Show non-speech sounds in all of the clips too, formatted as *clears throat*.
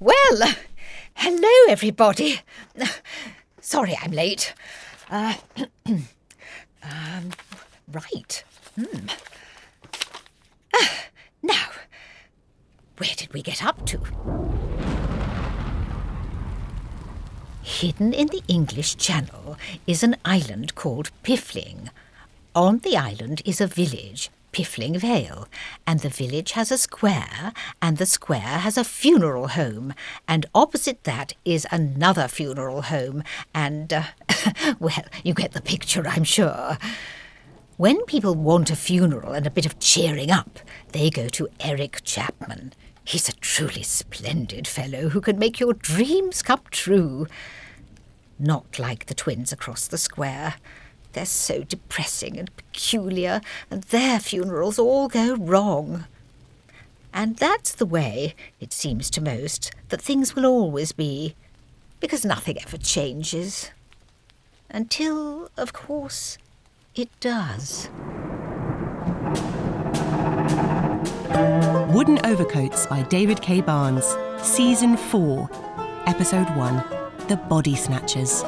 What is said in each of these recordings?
Well, uh, hello, everybody. Sorry I'm late. Uh, *clears throat* um, right. Hmm. Ah, now, where did we get up to? Hidden in the English Channel is an island called Piffling. On the island is a village, Piffling Vale, and the village has a square, and the square has a funeral home, and opposite that is another funeral home, and, uh, *laughs* well, you get the picture, I'm sure. When people want a funeral and a bit of cheering up, they go to Eric Chapman. He's a truly splendid fellow who can make your dreams come true. Not like the twins across the square. They're so depressing and peculiar, and their funerals all go wrong. And that's the way, it seems to most, that things will always be, because nothing ever changes. Until, of course, it does. Wooden Overcoats by David K. Barnes, Season 4, Episode 1 The Body Snatchers.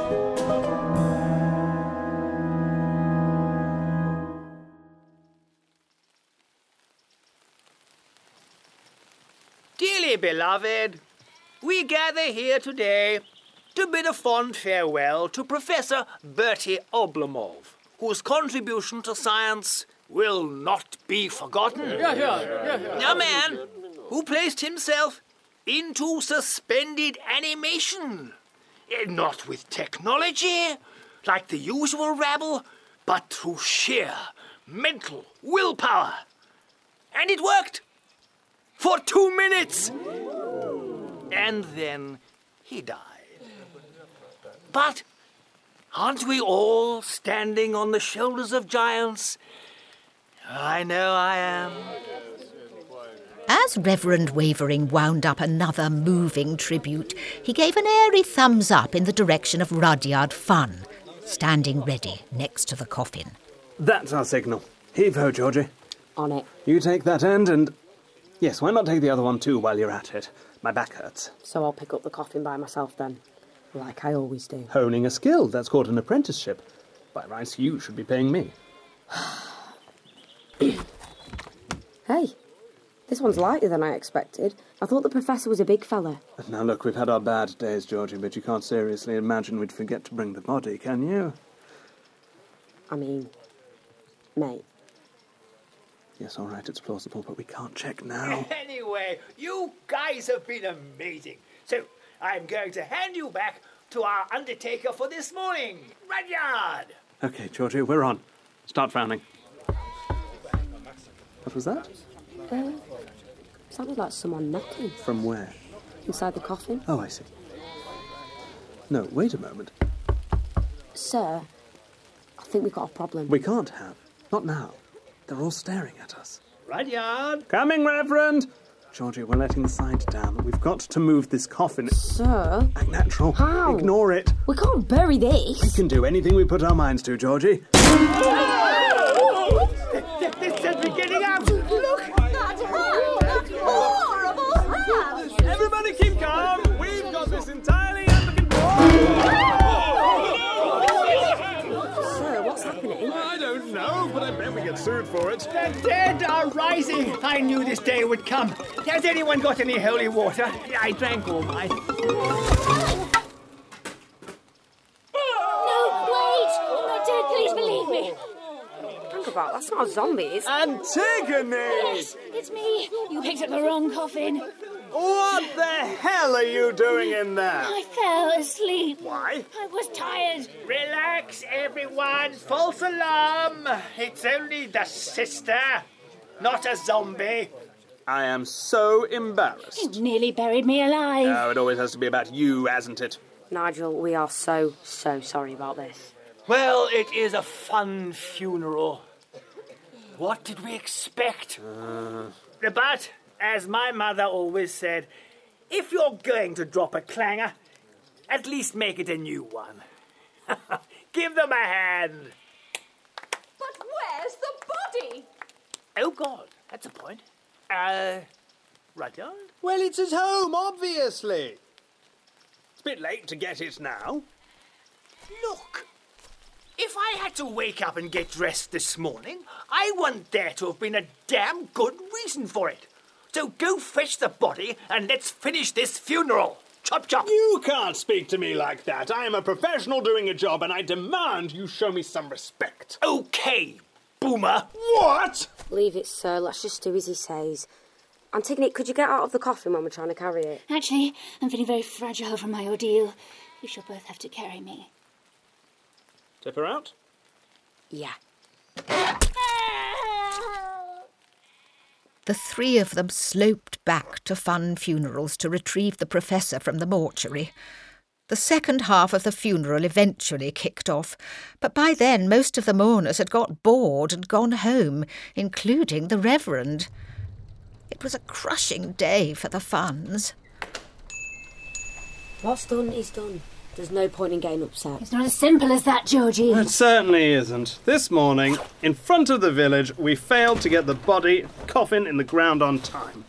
Dearly beloved, we gather here today to bid a fond farewell to Professor Bertie Oblomov, whose contribution to science will not be forgotten. A man who placed himself into suspended animation. Eh, Not with technology, like the usual rabble, but through sheer mental willpower. And it worked! for two minutes. And then he died. But aren't we all standing on the shoulders of giants? I know I am. As Reverend Wavering wound up another moving tribute, he gave an airy thumbs up in the direction of Rudyard Funn, standing ready next to the coffin. That's our signal. Heave ho, Georgie. on it. You take that end and. Yes, why not take the other one too while you're at it? My back hurts. So I'll pick up the coffin by myself then, like I always do. Honing a skill, that's called an apprenticeship. By rights, you should be paying me. Hey, this one's lighter than I expected. I thought the professor was a big fella. Now, look, we've had our bad days, Georgie, but you can't seriously imagine we'd forget to bring the body, can you? I mean, mate. Yes, all right, it's plausible, but we can't check now. *laughs* Anyway, you guys have been amazing. So I'm going to hand you back to our undertaker for this morning, Rudyard. okay, Georgie, we're on. Start frowning. What was that? Um, Sounded like someone knocking From where? inside the coffin. Oh, I see. No, wait a moment. Sir, I think we've got a problem. We can't have. Not now. They're all staring at us. Rudyard. Coming, Reverend! Georgie, we're letting the side down. We've got to move this coffin. Sir, Act natural. How? Ignore it. we can't bury We this. can do anything we put our minds to, Georgie. This is beginning out. Look, That house! That horrible house! Everybody keep calm. We've got this entirely under control. Sir, what's happening? I don't know, but I bet we get sued for it. The dead are rising. I knew this day would come. Has anyone got any holy water? I drank all mine. No, wait! No, don't please believe me! Think about that's not zombies. Antigone! Yes, it's me! You picked up the wrong coffin. What the hell are you doing in there? I fell asleep. Why? I was tired. Relax, everyone. False alarm. It's only the sister, not a zombie. I am so embarrassed. You nearly buried me alive. Oh, it always has to be about you, hasn't it? Nigel, we are so, so sorry about this. Well, it is a fun funeral. What did we expect? Uh, But, as my mother always said, if you're going to drop a clanger, at least make it a new one. *laughs* Give them a hand. But where's the body? Oh, God, that's a point. Uh, Rudyard? Well, it's at home, obviously. Bit late to get it now. Look! If I had to wake up and get dressed this morning, I wouldn't dare to have been a damn good reason for it. So go fetch the body and let's finish this funeral. Chop chop! You can't speak to me like that. I am a professional doing a job, and I demand you show me some respect. Okay, boomer. What? Leave it, sir. Let's just do as he says. Antigone, could you get out of the coffin when we're trying to carry it? Actually, I'm feeling very fragile from my ordeal. You shall both have to carry me. Tip her out. Yeah. The three of them sloped back to Fun Funerals to retrieve the professor from the mortuary. The second half of the funeral eventually kicked off, but by then most of the mourners had got bored and gone home, including the Reverend. It was a crushing day for the Funns. What's done is done. There's no point in getting upset. It's not as simple as that, Georgie. It certainly isn't. This morning, in front of the village, we failed to get the body coffin in the ground on time.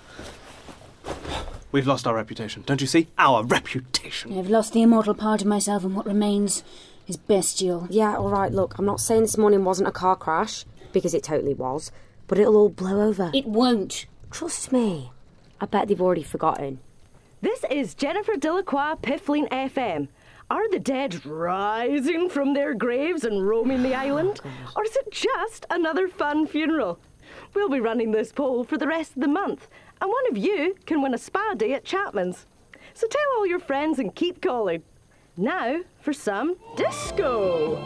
We've lost our reputation, don't you see? Our reputation. I've lost the immortal part of myself, and what remains is bestial. Yeah, all right, look, I'm not saying this morning wasn't a car crash, because it totally was, but it'll all blow over. It won't. Trust me. I bet they've already forgotten. This is Jennifer Delacroix, Piffling FM. Are the dead rising from their graves and roaming *sighs* Oh, the island? or is it just another fun funeral? We'll be running this poll for the rest of the month, and one of you can win a spa day at Chapman's. So tell all your friends and keep calling. Now for some disco.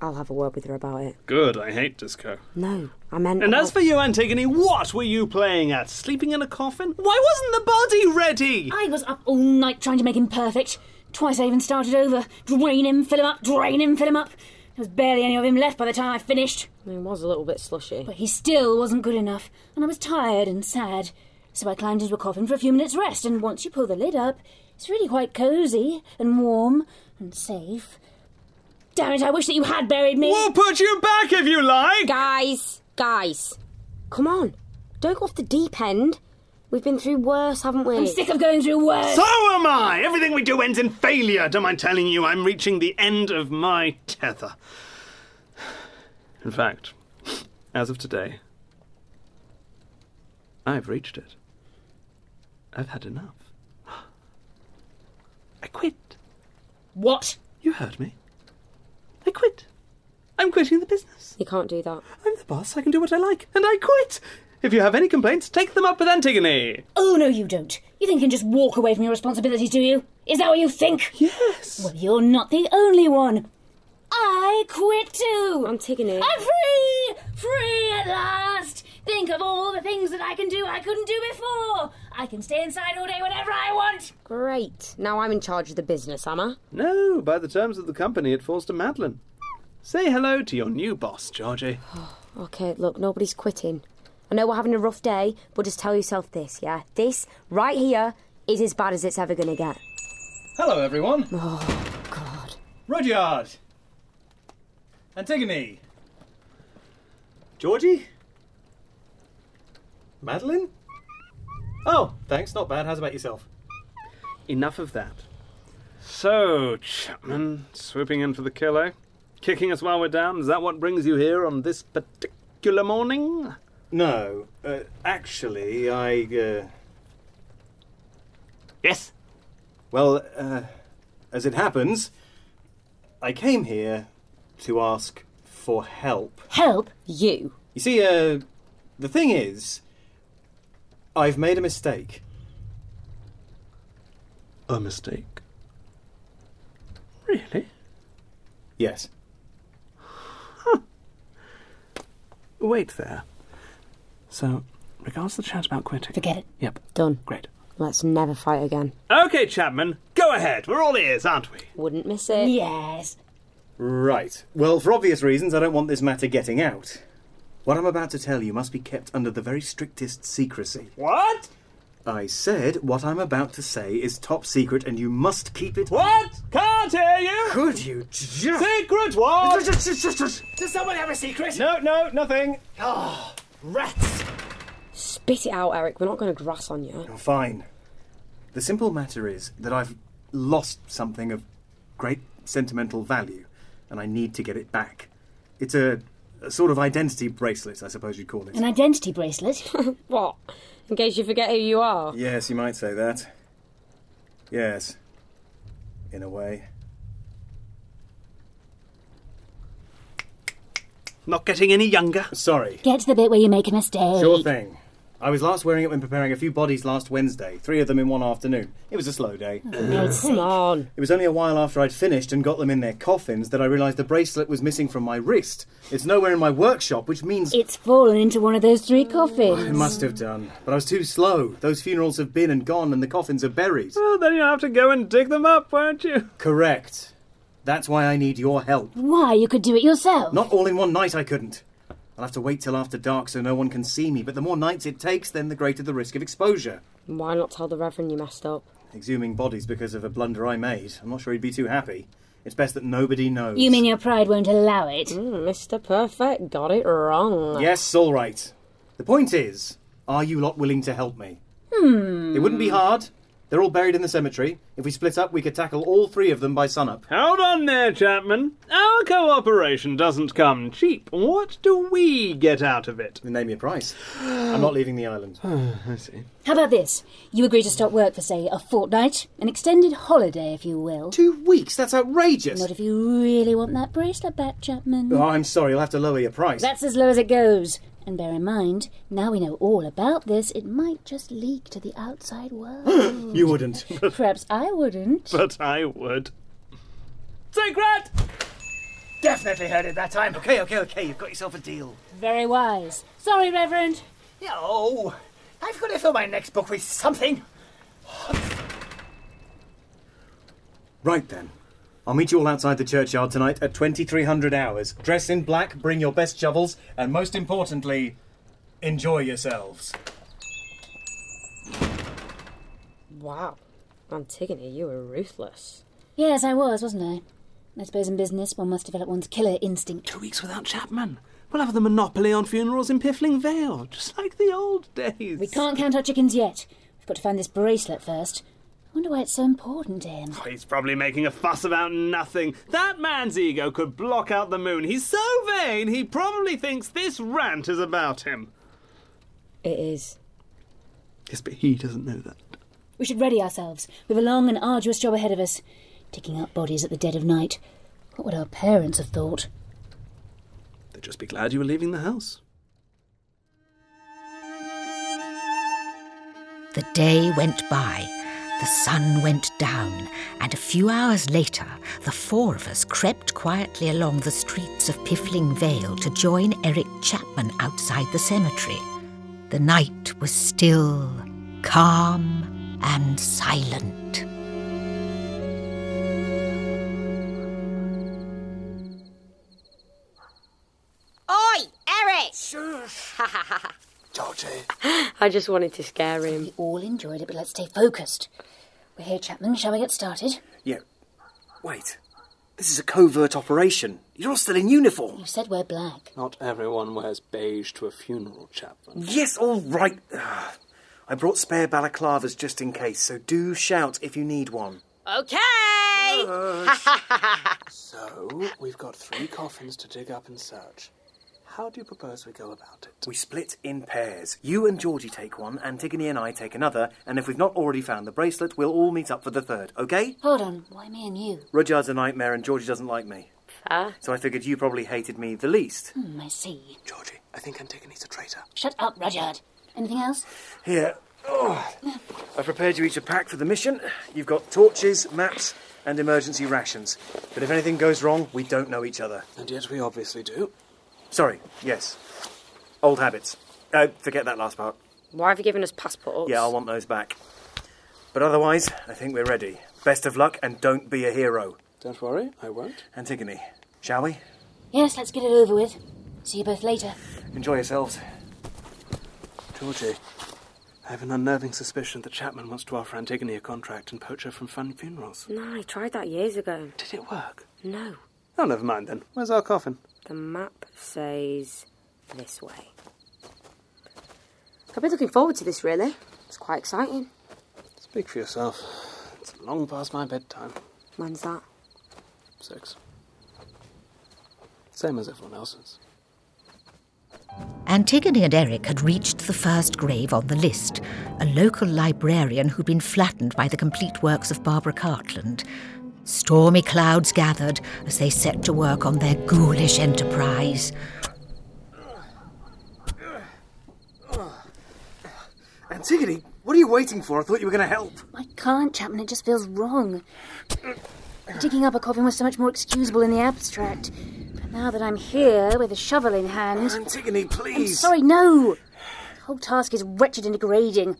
I'll have a word with her about it. Good, I hate disco. No, I meant. And about- as for you, Antigone, what were you playing at? Sleeping in a coffin? Why wasn't the body ready? I was up all night trying to make him perfect. Twice I even started over. Drain him, fill him up, drain him, fill him up. There was barely any of him left by the time I finished. It was a little bit slushy. But he still wasn't good enough, and I was tired and sad. So I climbed into a coffin for a few minutes' rest, and once you pull the lid up, it's really quite cosy and warm and safe. Damn it, I wish that you had buried me! We'll put you back if you like! Guys, guys, come on. Don't go off the deep end. We've been through worse, haven't we? I'm sick of going through words! So am I! Everything we do ends in failure. Don't mind telling you, I'm reaching the end of my tether. In fact, as of today, I've reached it. I've had enough. I quit. what? You heard me. I quit. I'm quitting the business. You can't do that. I'm the boss. I can do what I like. And I quit. If you have any complaints, take them up with Antigone. Oh, no, you don't. You think you can just walk away from your responsibilities, do you? Is that what you think? Yes. Well, you're not the only one. I quit too! Antigone. I'm free! Free at last! Think of all the things that I can do I couldn't do before! I can stay inside all day whenever I want! Great. Now I'm in charge of the business, am I? No, by the terms of the company, it falls to Madeline. Say hello to your new boss, Georgie. *sighs* Okay, look, nobody's quitting. I know we're having a rough day, but just tell yourself this, yeah? This, right here, is as bad as it's ever gonna get. Hello, everyone. Oh, God. Rudyard. Antigone. Georgie? Madeline? Oh, thanks. Not bad. How's about yourself? Enough of that. So, Chapman, swooping in for the kill, eh? Kicking us while we're down, is that what brings you here on this particular morning? No. Uh, actually, I. Uh, Yes? well, uh, as it happens, I came here to ask for help. Help? You. You see, uh, the thing is, I've made a mistake. A mistake. Really? Yes. Wait there. So, regards the chat about quitting. Forget it. Yep, Done. great. Let's never fight again. Okay, Chapman, go ahead. We're all ears, aren't we? Wouldn't miss it. Yes. Right. Well, for obvious reasons, I don't want this matter getting out. What I'm about to tell you must be kept under the very strictest secrecy. What? I said what I'm about to say is top secret and you must keep it. What? Can't hear you! Could you just. Secret word! Does someone have a secret? No, no, nothing. Rats! Spit it out, Eric. We're not gonna grass on you. Fine. The simple matter is that I've lost something of great sentimental value, and I need to get it back. It's a, a sort of identity bracelet, I suppose you'd call it. An identity bracelet? *laughs* What? In case you forget who you are. Yes, you might say that. Yes. In a way. Not getting any younger. Sorry. Get to the bit where you make a mistake. Sure thing. I was last wearing it when preparing a few bodies last Wednesday, three of them in one afternoon. It was a slow day. Oh, Come on. It was only a while after I'd finished and got them in their coffins that I realised the bracelet was missing from my wrist. It's nowhere in my workshop, which means It's fallen into one of those three coffins. it must have done. But I was too slow. Those funerals have been and gone, and the coffins are buried. Well, then you'll have to go and dig them up, won't you? Correct. That's why I need your help. Why? You could do it yourself. Not all in one night, I couldn't. I'll have to wait till after dark so no one can see me, but the more nights it takes, then the greater the risk of exposure. Why not tell the Reverend you messed up? Exhuming bodies because of a blunder I made, I'm not sure he'd be too happy. It's best that nobody knows. You mean your pride won't allow it? Mr. Hmm, Perfect got it wrong. Yes, all right. The point is, are you lot willing to help me? Hmm. It wouldn't be hard. They're all buried in the cemetery. If we split up, we could tackle all three of them by sunup. Hold on there, Chapman. Our cooperation doesn't come cheap. What do we get out of it? Name your price. I'm not leaving the island. *sighs* I see. How about this? You agree to stop work for, say, a fortnight, an extended holiday, if you will. Two weeks? That's outrageous. Not if you really want that bracelet back, Chapman. Oh, I'm sorry. I'll have to lower your price. That's as low as it goes. And bear in mind, now we know all about this, it might just leak to the outside *gasps* world. You wouldn't. Perhaps I wouldn't. *laughs* But I would. Secret! Definitely heard it that time. okay, okay, okay. You've got yourself a deal. Very wise. Sorry, Reverend. Yeah, Oh, I've got to fill my next book with something. Right then. I'll meet you all outside the churchyard tonight at 2300 hours. Dress in black, bring your best shovels, and most importantly, enjoy yourselves. Wow. Antigone, you were ruthless. Yes, I was, wasn't I? I suppose in business one must develop one's killer instinct. Two weeks without Chapman. We'll have the monopoly on funerals in Piffling Vale, just like the old days. We can't count our chickens yet. We've got to find this bracelet first. I wonder why it's so important to him. He's probably making a fuss about nothing. That man's ego could block out the moon. He's so vain, he probably thinks this rant is about him. It is. Yes, but he doesn't know that. We should ready ourselves. We've a long and arduous job ahead of us. Digging up bodies at the dead of night. What would our parents have thought? They'd just be glad you were leaving the house. The day went by, the sun went down, and a few hours later, the four of us crept quietly along the streets of Piffling Vale to join Eric Chapman outside the cemetery. The night was still, calm, and silent. Oi, Eric! *laughs* uh, Georgie. *gasps* I just wanted to scare him. We all enjoyed it, but let's stay focused. We're here, Chapman. Shall we get started? Yeah. Wait. This is a covert operation. You're all still in uniform. You said we're black. Not everyone wears beige to a funeral, Chapman. Yes, all right. *sighs* Ugh. I brought spare balaclavas just in case, so do shout if you need one. Okay! So, we've got three coffins to dig up and search. How do you propose we go about it? We split in pairs. You and Georgie take one, Antigone and I take another, and if we've not already found the bracelet, we'll all meet up for the third, okay? Hold on. Why me and you? Rudyard's a nightmare and Georgie doesn't like me, Ah, so I figured you probably hated me the least. Hmm, I see. Georgie, I think Antigone's a traitor. Shut up, Rudyard. Anything else? Here. Oh. I've prepared you each a pack for the mission. You've got torches, maps, and emergency rations. But if anything goes wrong, we don't know each other. And yet we obviously do. Sorry, yes. Old habits. Uh, forget that last part. *laughs* why have you given us passports? Yeah, I want those back. But otherwise, I think we're ready. Best of luck and don't be a hero. Don't worry, I won't. Antigone, shall we? Yes, let's get it over with. See you both later. Enjoy yourselves. Georgie, I have an unnerving suspicion that Chapman wants to offer Antigone a contract and poach her from fun funerals. No, I tried that years ago. Did it work? No. Oh, never mind then. Where's our coffin? The map says this way. I've been looking forward to this, really. It's quite exciting. Speak for yourself. It's a long past my bedtime. When's that? Six. Same as everyone else's. Antigone and Eric had reached the first grave on the list, a local librarian who'd been flattened by the complete works of Barbara Cartland. Stormy clouds gathered as they set to work on their ghoulish enterprise. Antigone, what are you waiting for? I thought you were going to help. I can't, Chapman. It just feels wrong. Digging up a coffin was so much more excusable in the abstract. But now that I'm here with a shovel in hand. Antigone, please. Sorry, no! The whole task is wretched and degrading.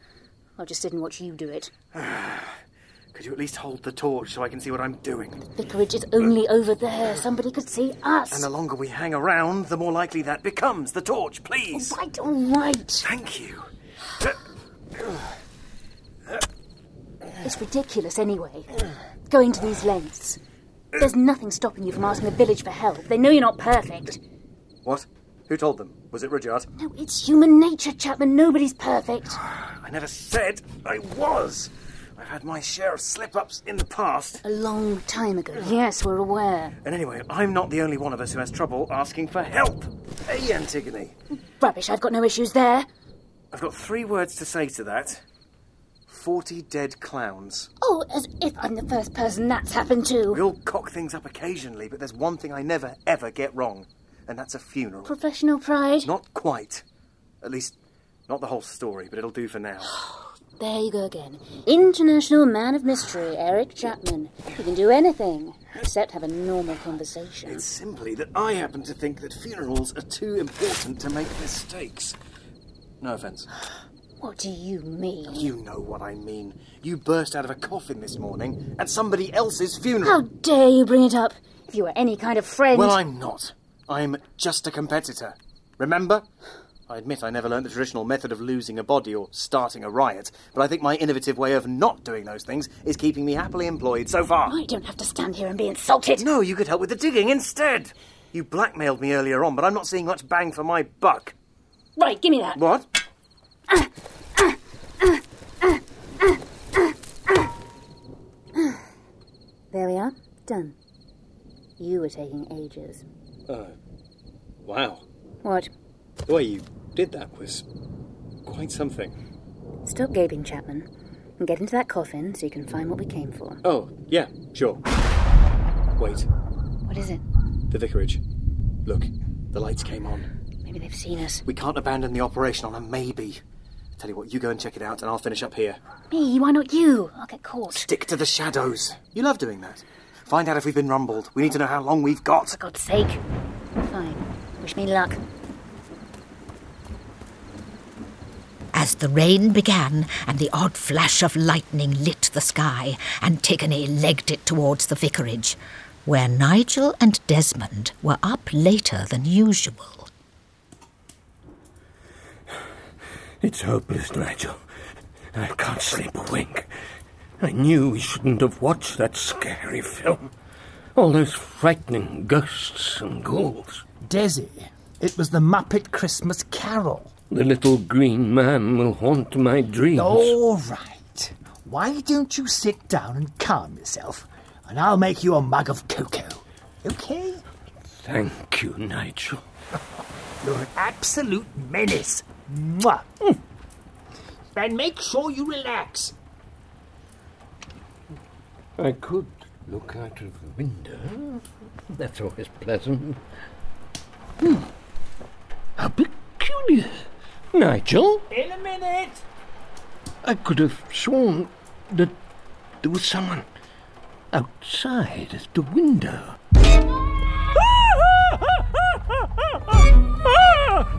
I'll just sit and watch you do *sighs* it. Could you at least hold the torch so I can see what I'm doing? Vicarage is only over there. Somebody could see And us. the longer we hang around, the more likely that becomes. The torch, please. Right, all right. Thank you. It's ridiculous anyway. Going to these lengths. There's nothing stopping you from asking the village for help. They know you're not perfect. What? Who told them? Was it Rudyard? No, it's human nature, Chapman. Nobody's perfect. I never said I was. I've had my share of slip ups in the past. A long time ago. Yes, we're aware. And anyway, I'm not the only one of us who has trouble asking for help. Hey, Antigone. Rubbish, I've got no issues there. I've got three words to say to that 40 dead clowns. Oh, as if I'm the first person that's happened We to. all cock things up occasionally, but there's one thing I never, ever get wrong, and that's a funeral. Professional pride. Not quite. At least, not the whole story, but it'll do *sighs* for now. There you go again. International man of mystery, Eric Chapman. You can do anything except have a normal conversation. It's simply that I happen to think that funerals are too important to make mistakes. *sighs* No offence. What do you mean? You know what I mean. You burst out of a coffin this morning at somebody else's How funeral. dare you bring it up? If you were any kind of friend. Well, I'm not. I'm just a competitor. Remember? I admit I never learnt the traditional method of losing a body or starting a riot, but I think my innovative way of not doing those things is keeping me happily employed so far. I don't have to stand here and be insulted. No, you could help with the digging instead. You blackmailed me earlier on, but I'm not seeing much bang for my buck. Right, give me *sighs* that. What? There we are. Done. You were taking ages. Uh, Wow. What? The way you did that was quite something. Stop gaping, Chapman, and get into that coffin so you can find what we came for. Oh, yeah, sure. Wait, What is it? the vicarage. Look, the lights came on. Maybe they've seen us. We can't abandon the operation on a maybe. Tell you what, you go and check it out, and I'll finish up here. Me, why not you? I'll get caught. Stick to the shadows. You love doing that. Find out if we've been rumbled. We need to know how long we've got. For God's sake. Fine. Wish me luck. As the rain began and the odd flash of lightning lit the sky, Antigone legged it towards the vicarage, where Nigel and Desmond were up later than usual. It's hopeless, Nigel. I can't sleep a wink. I knew we shouldn't have watched that scary film. All those frightening ghosts and ghouls. Desi, it was the Muppet Christmas Carol. The little green man will haunt my dreams. All right. Why don't you sit down and calm yourself, and I'll make you a mug of cocoa. Okay? Thank you, Nigel. You're an absolute menace. Mwah. And make sure you relax. I could look out of the window. That's always pleasant. Hmm. How peculiar. Nigel? In a minute. I could have sworn that there was someone outside at the window.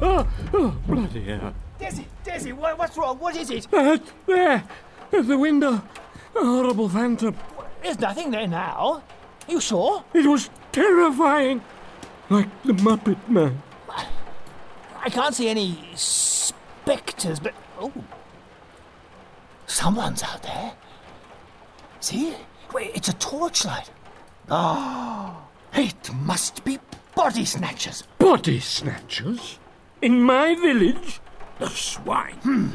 Oh, bloody hell. Desi, Desi, what, what's wrong? What is it? Out there, at the window, a horrible phantom. There's nothing there now. You sure? It was terrifying, like the Muppet Man. I can't see any spectres, but oh, someone's out there. See, wait, it's a torchlight. Oh, it must be body snatchers. Body snatchers? In my village? The swine. Hmm.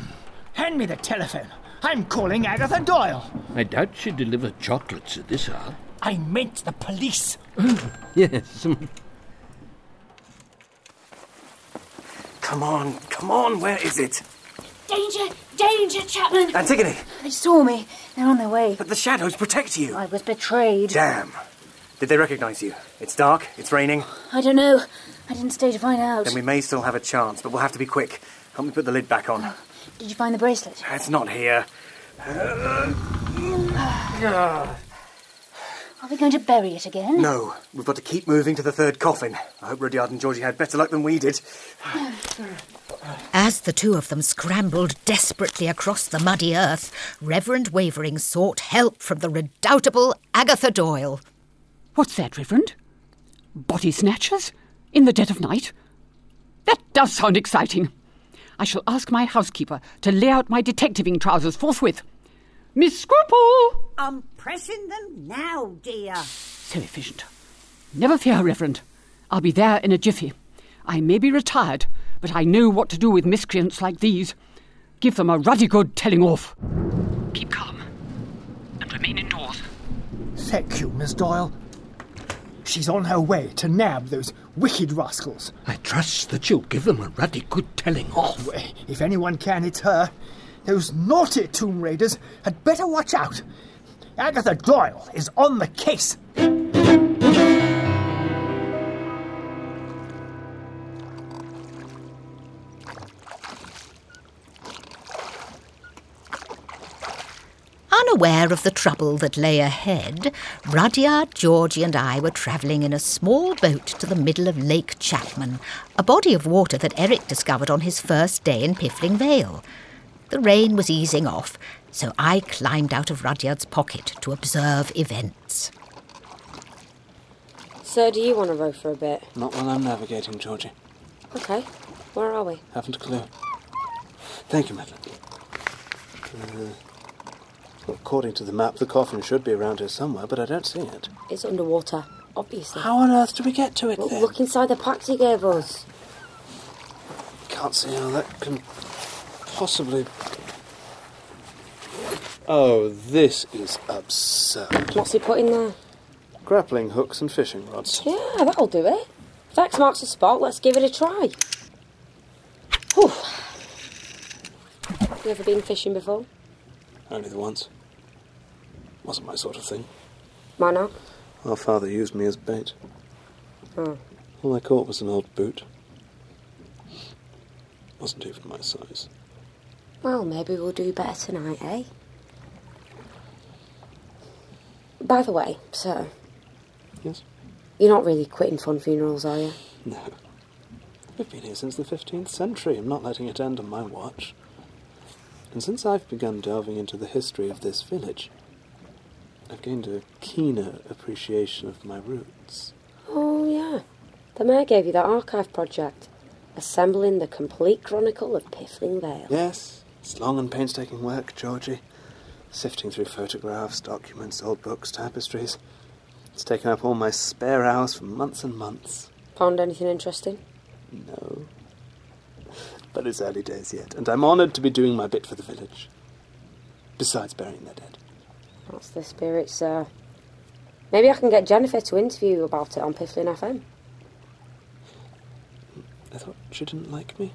Hand me the telephone. I'm calling Agatha Doyle. I doubt she delivered chocolates at this hour. I meant the police. *laughs* Yes. Come on, come on, where is it? Danger! Danger, Chapman! Antigone! They saw me. They're on their way. But the shadows protect you. I was betrayed. Damn. Did they recognize you? It's dark, it's raining. I don't know. I didn't stay to find out. Then we may still have a chance, but we'll have to be quick. Help me put the lid back on. Did you find the bracelet? It's not here. Are we going to bury it again? Uh, No, we've got to keep moving to the third coffin. I hope Rudyard and Georgie had better luck than we did. As the two of them scrambled desperately across the muddy earth, Reverend Wavering sought help from the redoubtable Agatha Doyle. What's that, Reverend? Body snatchers? In the dead of night? That does sound exciting. I shall ask my housekeeper to lay out my detectiving trousers forthwith. Miss Scruple! I'm pressing them now, dear. So efficient. Never fear, Reverend. I'll be there in a jiffy. I may be retired, but I know what to do with miscreants like these. Give them a ruddy good telling off. Keep calm and remain indoors. Thank you, Miss Doyle. She's on her way to nab those wicked rascals. Oh, I trust that you'll give them a ruddy good telling off. eh, If anyone can, it's her. Those naughty tomb raiders had better watch out. Agatha Doyle is on the case. Unaware of the trouble that lay ahead, Rudyard, Georgie, and I were travelling in a small boat to the middle of Lake Chapman, a body of water that Eric discovered on his first day in Piffling Vale. The rain was easing off, so I climbed out of Rudyard's pocket to observe events. So, do you want to row for a bit? Not while I'm navigating, Georgie. Okay. Where are we? Haven't a clue. Thank you, Madeline. Uh, according to the map, the coffin should be around here somewhere, but I don't see it. It's underwater, obviously. How on earth do we get to it Look, then? look inside the packs he gave us. Can't see how that can possibly. Oh, this is absurd. What's he put in there? Grappling hooks and fishing rods. Yeah, that'll do it. If X marks the spot, let's give it a try. Whew. You ever been fishing before? Only the once. Wasn't my sort of thing. Why not? Our father used me as bait. Oh. All I caught was an old boot. Wasn't even my size. Well, maybe we'll do better tonight, eh? By the way, sir. Yes? You're not really quitting fun funerals, are you? No. We've been here since the 15th century. I'm not letting it end on my watch. And since I've begun delving into the history of this village, I've gained a keener appreciation of my roots. Oh, yeah. The mayor gave you that archive project, assembling the complete chronicle of Piffling Vale. Yes, it's long and painstaking work, Georgie. Sifting through photographs, documents, old books, tapestries. It's taken up all my spare hours for months and months. Found anything interesting? No. But it's early days yet, and I'm honoured to be doing my bit for the village. Besides burying their dead. That's the spirit, sir. Maybe I can get Jennifer to interview you about it on Piffling FM. I thought she didn't like me.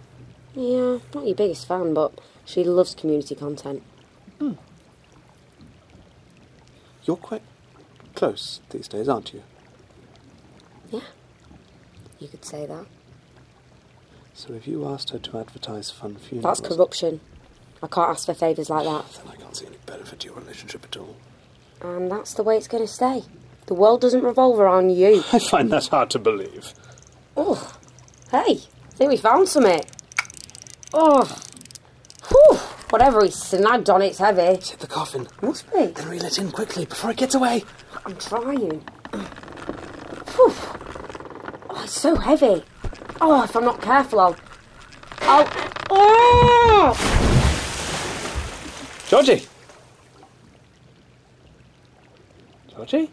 Yeah, not your biggest fan, but she loves community content. You're quite close these days, aren't you? You could say that. So if you asked her to advertise fun funerals, That's corruption. I can't ask for favours like that. I can't see any benefit to your relationship at all. And that's the way it's going to stay. The world doesn't revolve around you. I find that hard to believe. Oh, hey, I think we found something. Oh, whew, whatever he snagged on, it's heavy. It's the coffin. Must be. Then reel it in quickly before it gets away. I'm trying. Whew. Oh, it's so heavy. Oh, if I'm not careful, I'll. I'll. Oh! Georgie! Georgie?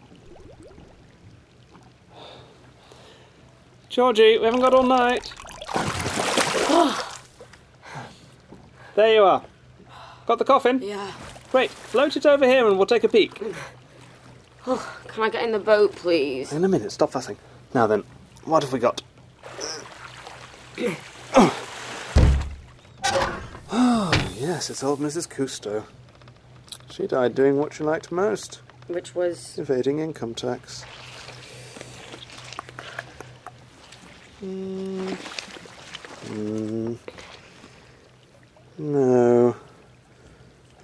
Georgie, we haven't got all night. There you are. Got the coffin? Yeah. Great. Float it over here and we'll take a peek. Oh, can I get in the boat, please? In a minute, stop fussing. Now then, what have we got? Oh, yes, it's old Mrs. Cousteau. She died doing what she liked most Which was. evading income tax. Mm. Hmm. No.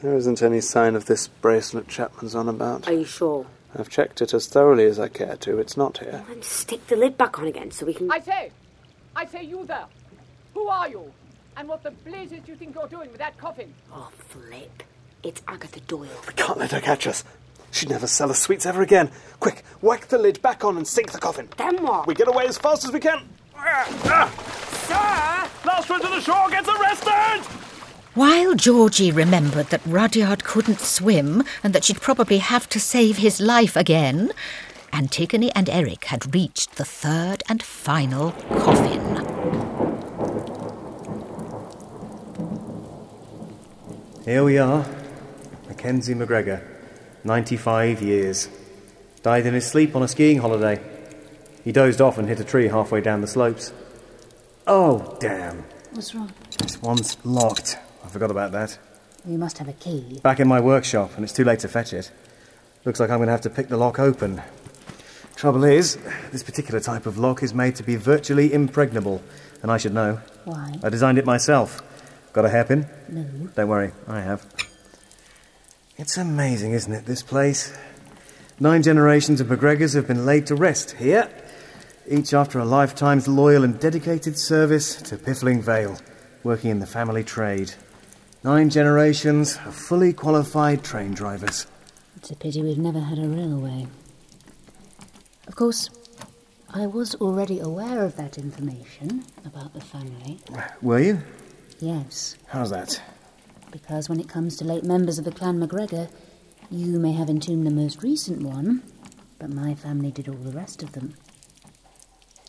There isn't any sign of this bracelet Chapman's on about. Are you sure? I've checked it as thoroughly as I care to. It's not here. Then stick the lid back on again so we can. I say, I say, you there. Who are you? And what the blazes do you think you're doing with that coffin? Oh, flip. It's Agatha Doyle. Can't let her catch us. She'd never sell us sweets ever again. Quick, whack the lid back on and sink the coffin. Then what? We get away as fast as we can. Sir! Last one to the shore gets arrested! While Georgie remembered that Rudyard couldn't swim and that she'd probably have to save his life again, Antigone and Eric had reached the third and final coffin. Here we are. Mackenzie McGregor, 95 years. Died in his sleep on a skiing holiday. He dozed off and hit a tree halfway down the slopes. Oh, damn. What's wrong? This one's locked. I forgot about that. You must have a key. Back in my workshop, and it's too late to fetch it. Looks like I'm going to have to pick the lock open. Trouble is, this particular type of lock is made to be virtually impregnable, and I should know. Why? I designed it myself. Got a hairpin? No. Don't worry, I have. It's amazing, isn't it, this place? Nine generations of McGregors have been laid to rest here, each after a lifetime's loyal and dedicated service to Piffling Vale, working in the family trade. Nine generations of fully qualified train drivers. It's a pity we've never had a railway. Of course, I was already aware of that information about the family. Were you? Yes, How's that? because when it comes to late members of the clan MacGregor, you may have entombed the most recent one, but my family did all the rest of them.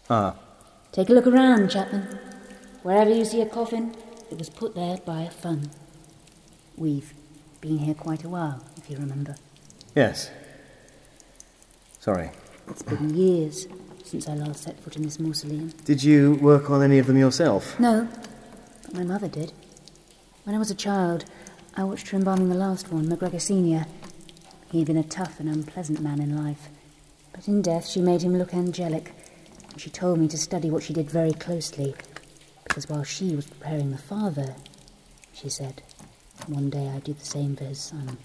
Ah, Take a look around, Chapman. Wherever you see a coffin, it was put there by a fun. We've been here quite a while, if you remember. yes. Sorry. It's been years since I last set foot in this mausoleum. Did you work on any of them yourself? No, but my mother did. When I was a child, I watched her embalming the last one, MacGregor Sr. He had been a tough and unpleasant man in life. But in death, she made him look angelic, and she told me to study what she did very closely, because while she was preparing the father, she said, one day I'd do the same for his son.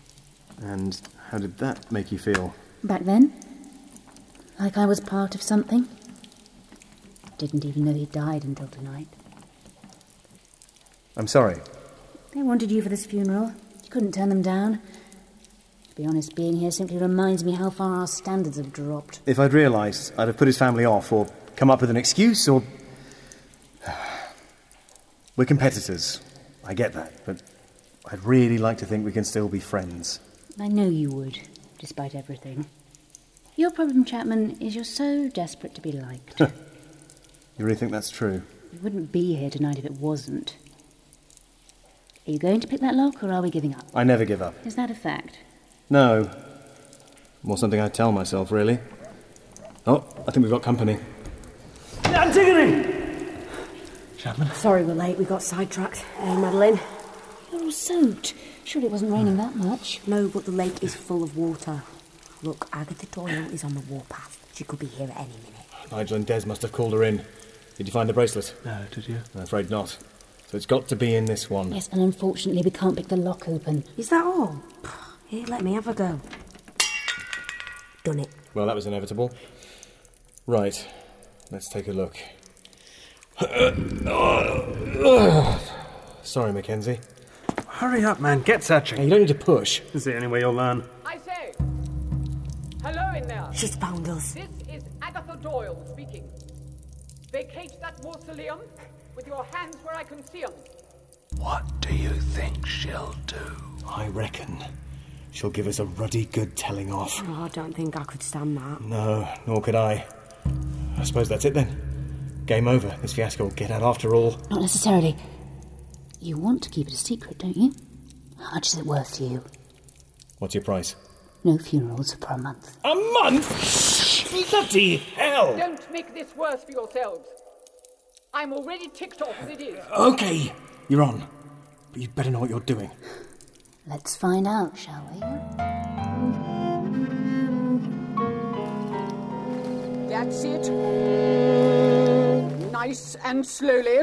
And how did that make you feel? Back then, like I was part of something. Didn't even know he died until tonight. I'm sorry. They wanted you for this funeral. You couldn't turn them down. To be honest, being here simply reminds me how far our standards have dropped. If I'd realised, I'd have put his family off, or come up with an excuse, or. *sighs* We're competitors. I get that, but I'd really like to think we can still be friends. *laughs* I know you would, despite everything. Your problem, Chapman, is you're so desperate to be liked. You really think that's true? We wouldn't be here tonight if it wasn't. Are you going to pick that lock, or are we giving up? I never give up. Is that a fact? No. More something I tell myself, really. Oh, I think we've got company. Antigone! Chapman? Sorry we're late, we got sidetracked. Uh, Hey, Madeline. You're Oh, all soaked. Surely it wasn't raining that much. No, but the lake is full of water. Look, Agatha Doyle is on the warpath. She could be here at any minute. Nigel and Des must have called her in. Did you find the bracelet? No, did you? I'm afraid not. So it's got to be in this one. Yes, and unfortunately we can't pick the lock open. Mm. Is that all? Here, let me have a go. Done it. Well, that was inevitable. Right, let's take a look. Sorry, Mackenzie. Hurry up, man. Get searching. you don't need to push. Is there any way you'll learn? I say, hello in there. She's found us. This is Agatha Doyle speaking. Vacate that mausoleum with your hands where I can see 'em. What do you think she'll do? I reckon she'll give us a ruddy good telling off. Oh, I don't think I could stand that. No, nor could I. I suppose that's it then. Game over. This fiasco will get out after all. Not necessarily. You want to keep it a secret, don't you? How much is it worth to you? What's your price? No funerals for a month. A month? Bloody hell! Don't make this worse for yourselves. I'm already ticked off as it is. Oh, Okay, you're on. But you'd better know what you're doing. Let's find out, shall we? That's it. Nice and slowly.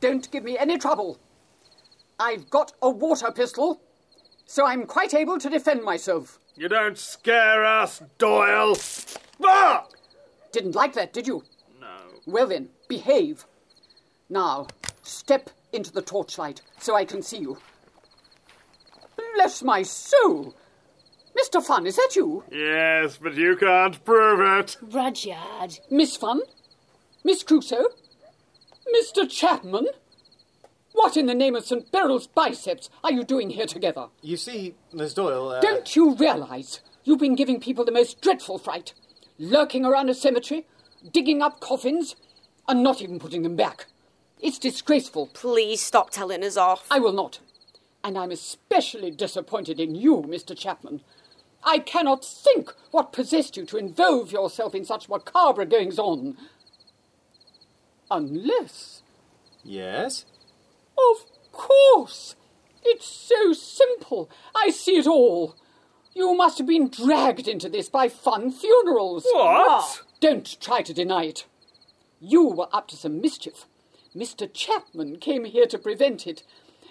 Don't give me any trouble. I've got a water pistol, so I'm quite able to defend myself. You don't scare us, Doyle! Ah! Didn't like that, did you? No. Well then, behave. Now, step into the torchlight so I can see you. Bless my soul! Mr. Fun, is that you? Yes, but you can't prove it. Rudyard. Miss Fun? Miss Crusoe? Mr. Chapman? What in the name of St. Beryl's biceps are you doing here together? You see, Miss Doyle. Uh, Don't you realize you've been giving people the most dreadful fright? Lurking around a cemetery, digging up coffins, and not even putting them back. It's disgraceful. Please stop telling us off. I will not. And I'm especially disappointed in you, Mr. Chapman. I cannot think what possessed you to involve yourself in such macabre goings on. Unless. Yes? Of course! It's so simple. I see it all. You must have been dragged into this by fun funerals. What? Ah, Don't try to deny it. You were up to some mischief. Mr. Chapman came here to prevent it,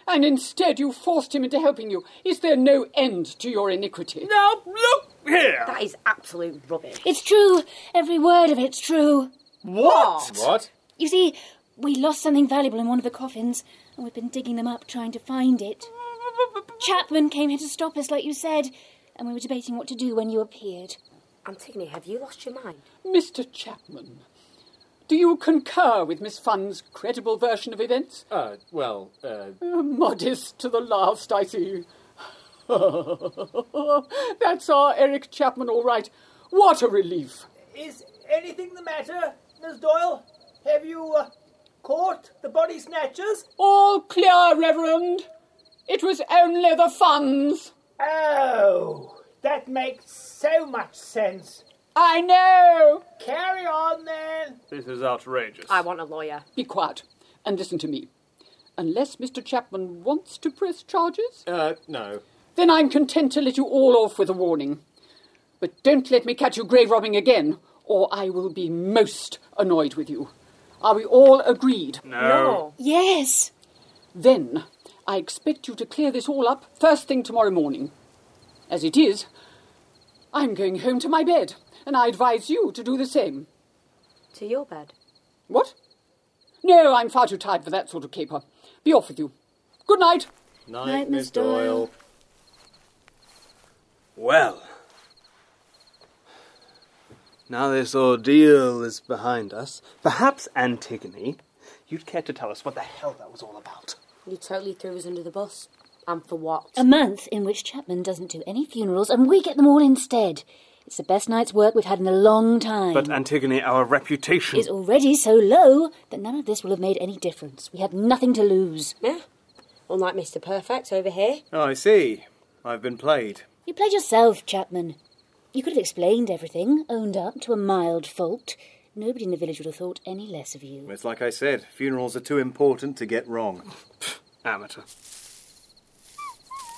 and instead you forced him into helping you. Is there no end to your iniquity? Now, look here! That is absolute rubbish. It's true. Every word of it's true. What? What? You see, we lost something valuable in one of the coffins, and we've been digging them up trying to find it. Chapman came here to stop us, like you said, and we were debating what to do when you appeared. Antigone, have you lost your mind? Mr. Chapman, do you concur with Miss Fun's credible version of events? Oh, Uh, well, uh. Modest to the last, I see. *laughs* That's our Eric Chapman, all right. What a relief. Is anything the matter, Miss Doyle? Have you uh, caught the body snatchers? All clear, Reverend. It was only the funds. Oh, that makes so much sense. I know. Carry on then. This is outrageous. I want a lawyer. Be quiet and listen to me. Unless Mr. Chapman wants to press charges, Uh, no. then I'm content to let you all off with a warning. But don't let me catch you grave robbing again, or I will be most annoyed with you. Are we all agreed? No. Yes. Then I expect you to clear this all up first thing tomorrow morning. As it is, I'm going home to my bed, and I advise you to do the same. To your bed. What? No, I'm far too tired for that sort of caper. Be off with you. Good night. Night, Night, Miss Miss Doyle. Well, now this ordeal is behind us, perhaps Antigone, you'd care to tell us what the hell that was all about? You totally threw us under the bus. And for what? A month in which Chapman doesn't do any funerals, and we get them all instead. It's the best night's work we've had in a long time. But Antigone, our reputation. is already so low that none of this will have made any difference. We had nothing to lose. Yeah. Unlike Mr. Perfect over here. Oh, I see. I've been played. You played yourself, Chapman. You could have explained everything, owned up to a mild fault. Nobody in the village would have thought any less of you. It's like I said, funerals are too important to get wrong. Amateur.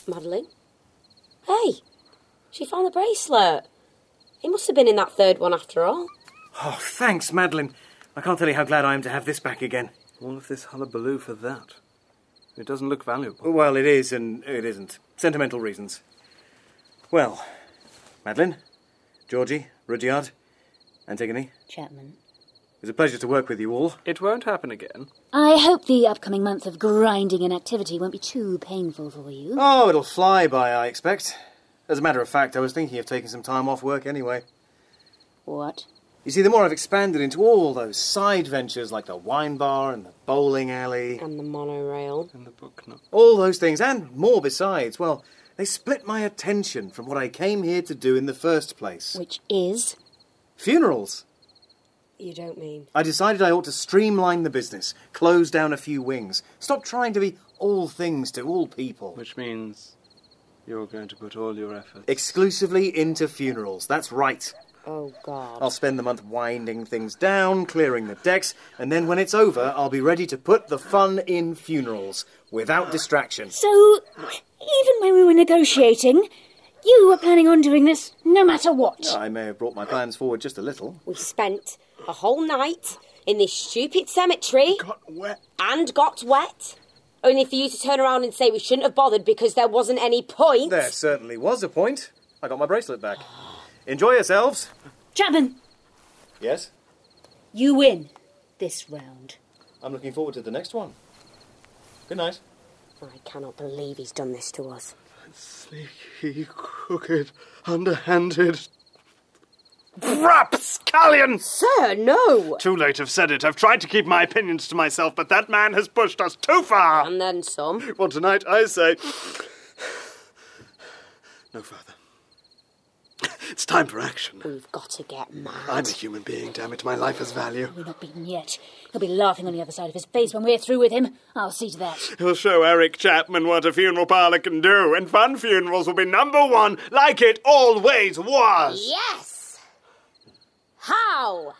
Madeline? Hey, she found the bracelet. It must have been in that third one after all. Oh, thanks, Madeline. I can't tell you how glad I am to have this back again. All of this hullabaloo for that. It doesn't look valuable. Well, it is and it isn't. Sentimental reasons. Well, Madeline, Georgie, Rudyard, Antigone, Chapman. it was a pleasure to work with you all. It won't happen again. I hope the upcoming month of grinding and activity won't be too painful for you. Oh, it'll fly by, I expect. As a matter of fact, I was thinking of taking some time off work anyway. What? You see, the more I've expanded into all those side ventures like the wine bar and the bowling alley, And the monorail. And the book nook. all those things and more besides, well, they split my attention from what I came here to do in the first place Which is? funerals. You don't mean. I decided I ought to streamline the business, close down a few wings, stop trying to be all things to all people. Which means you're going to put all your effort. Exclusively into funerals, that's right. Oh, God. I'll spend the month winding things down, clearing the decks, and then when it's over, I'll be ready to put the fun in funerals without distraction. So, even when we were negotiating, you were planning on doing this no matter what. I may have brought my plans forward just a little. We spent a whole night in this stupid cemetery. Got wet. And got wet. Only for you to turn around and say we shouldn't have bothered because there wasn't any point. There certainly was a point. I got my bracelet back. Enjoy yourselves. Chapman, Yes? you win this round. I'm looking forward to the next one. Good night. I cannot believe he's done this to us. Sneaky, crooked, underhanded. Rapscallion! Sir, no! Too late, I've said it. I've tried to keep my opinions to myself, but that man has pushed us too far! And then some. Well, tonight I say. No further. It's time for action. We've got to get mad. I'm a human being, damn it. My life has value. We're not beaten yet. He'll be laughing on the other side of his face when we're through with him. I'll see to that. He'll show Eric Chapman what a funeral parlor can do, and fun funerals will be number one, like it always was. Yes! How?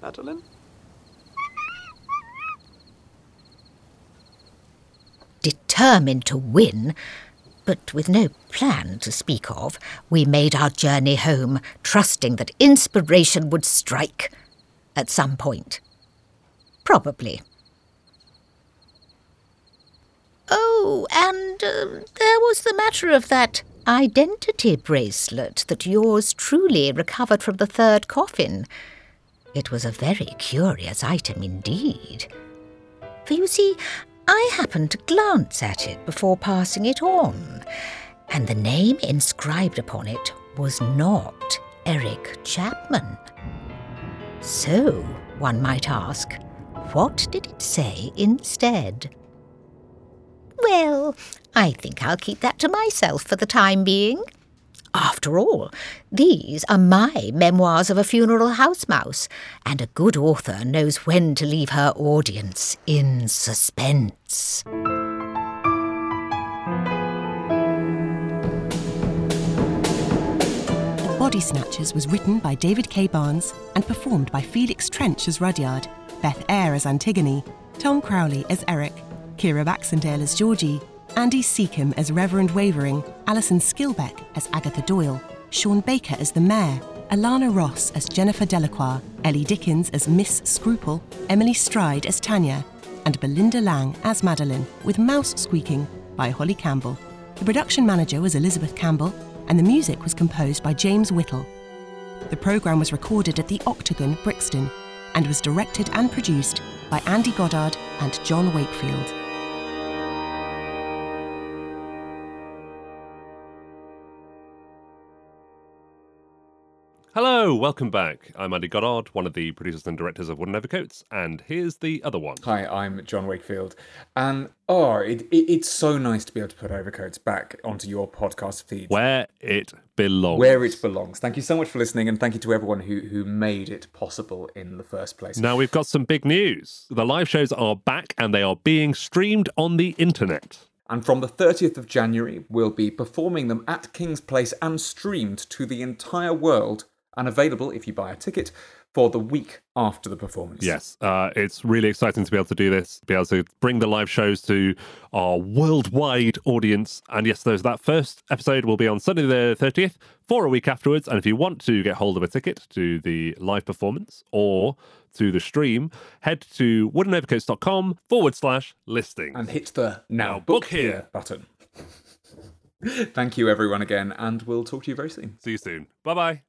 Madeline? determined to win, but with no plan to speak of, we made our journey home, trusting that inspiration would strike at some point. Probably. Oh, and uh, there was the matter of that identity bracelet that yours truly recovered from the third coffin. It was a very curious item indeed. For you see, I happened to glance at it before passing it on, and the name inscribed upon it was not Eric Chapman. So, one might ask, what did it say instead? Well, I think I'll keep that to myself for the time being. After all, these are my memoirs of a funeral house mouse, and a good author knows when to leave her audience in suspense. The Body Snatchers was written by David K. Barnes and performed by Felix Trench as Rudyard, Beth Eyre as Antigone, Tom Crowley as Eric, Kira Baxendale as Georgie, Andy Seacombe as Reverend Wavering, Alison Skilbeck as Agatha Doyle, Sean Baker as the Mayor, Alana Ross as Jennifer Delacroix, Ellie Dickens as Miss Scruple, Emily Stride as Tanya, and Belinda Lang as Madeline, with Mouse Squeaking by Holly Campbell. The production manager was Elizabeth Campbell, and the music was composed by James Whittle. The programme was recorded at the Octagon, Brixton, and was directed and produced by Andy Goddard and John Wakefield. Hello, welcome back. I'm Andy Goddard, one of the producers and directors of Wooden Overcoats, and here's the other one. Hi, I'm John Wakefield. And oh, it, it, it's so nice to be able to put overcoats back onto your podcast feed. Where it belongs. Where it belongs. Thank you so much for listening, and thank you to everyone who, who made it possible in the first place. Now we've got some big news. The live shows are back and they are being streamed on the internet. And from the 30th of January, we'll be performing them at King's Place and streamed to the entire world and available if you buy a ticket for the week after the performance. Yes, uh, it's really exciting to be able to do this, be able to bring the live shows to our worldwide audience. And yes, there's that first episode will be on Sunday the 30th for a week afterwards. And if you want to get hold of a ticket to the live performance or to the stream, head to woodenovercoats.com forward slash listing. And hit the now, book, here, *laughs* button. Thank you, everyone, again, and we'll talk to you very soon. See you soon. Bye bye.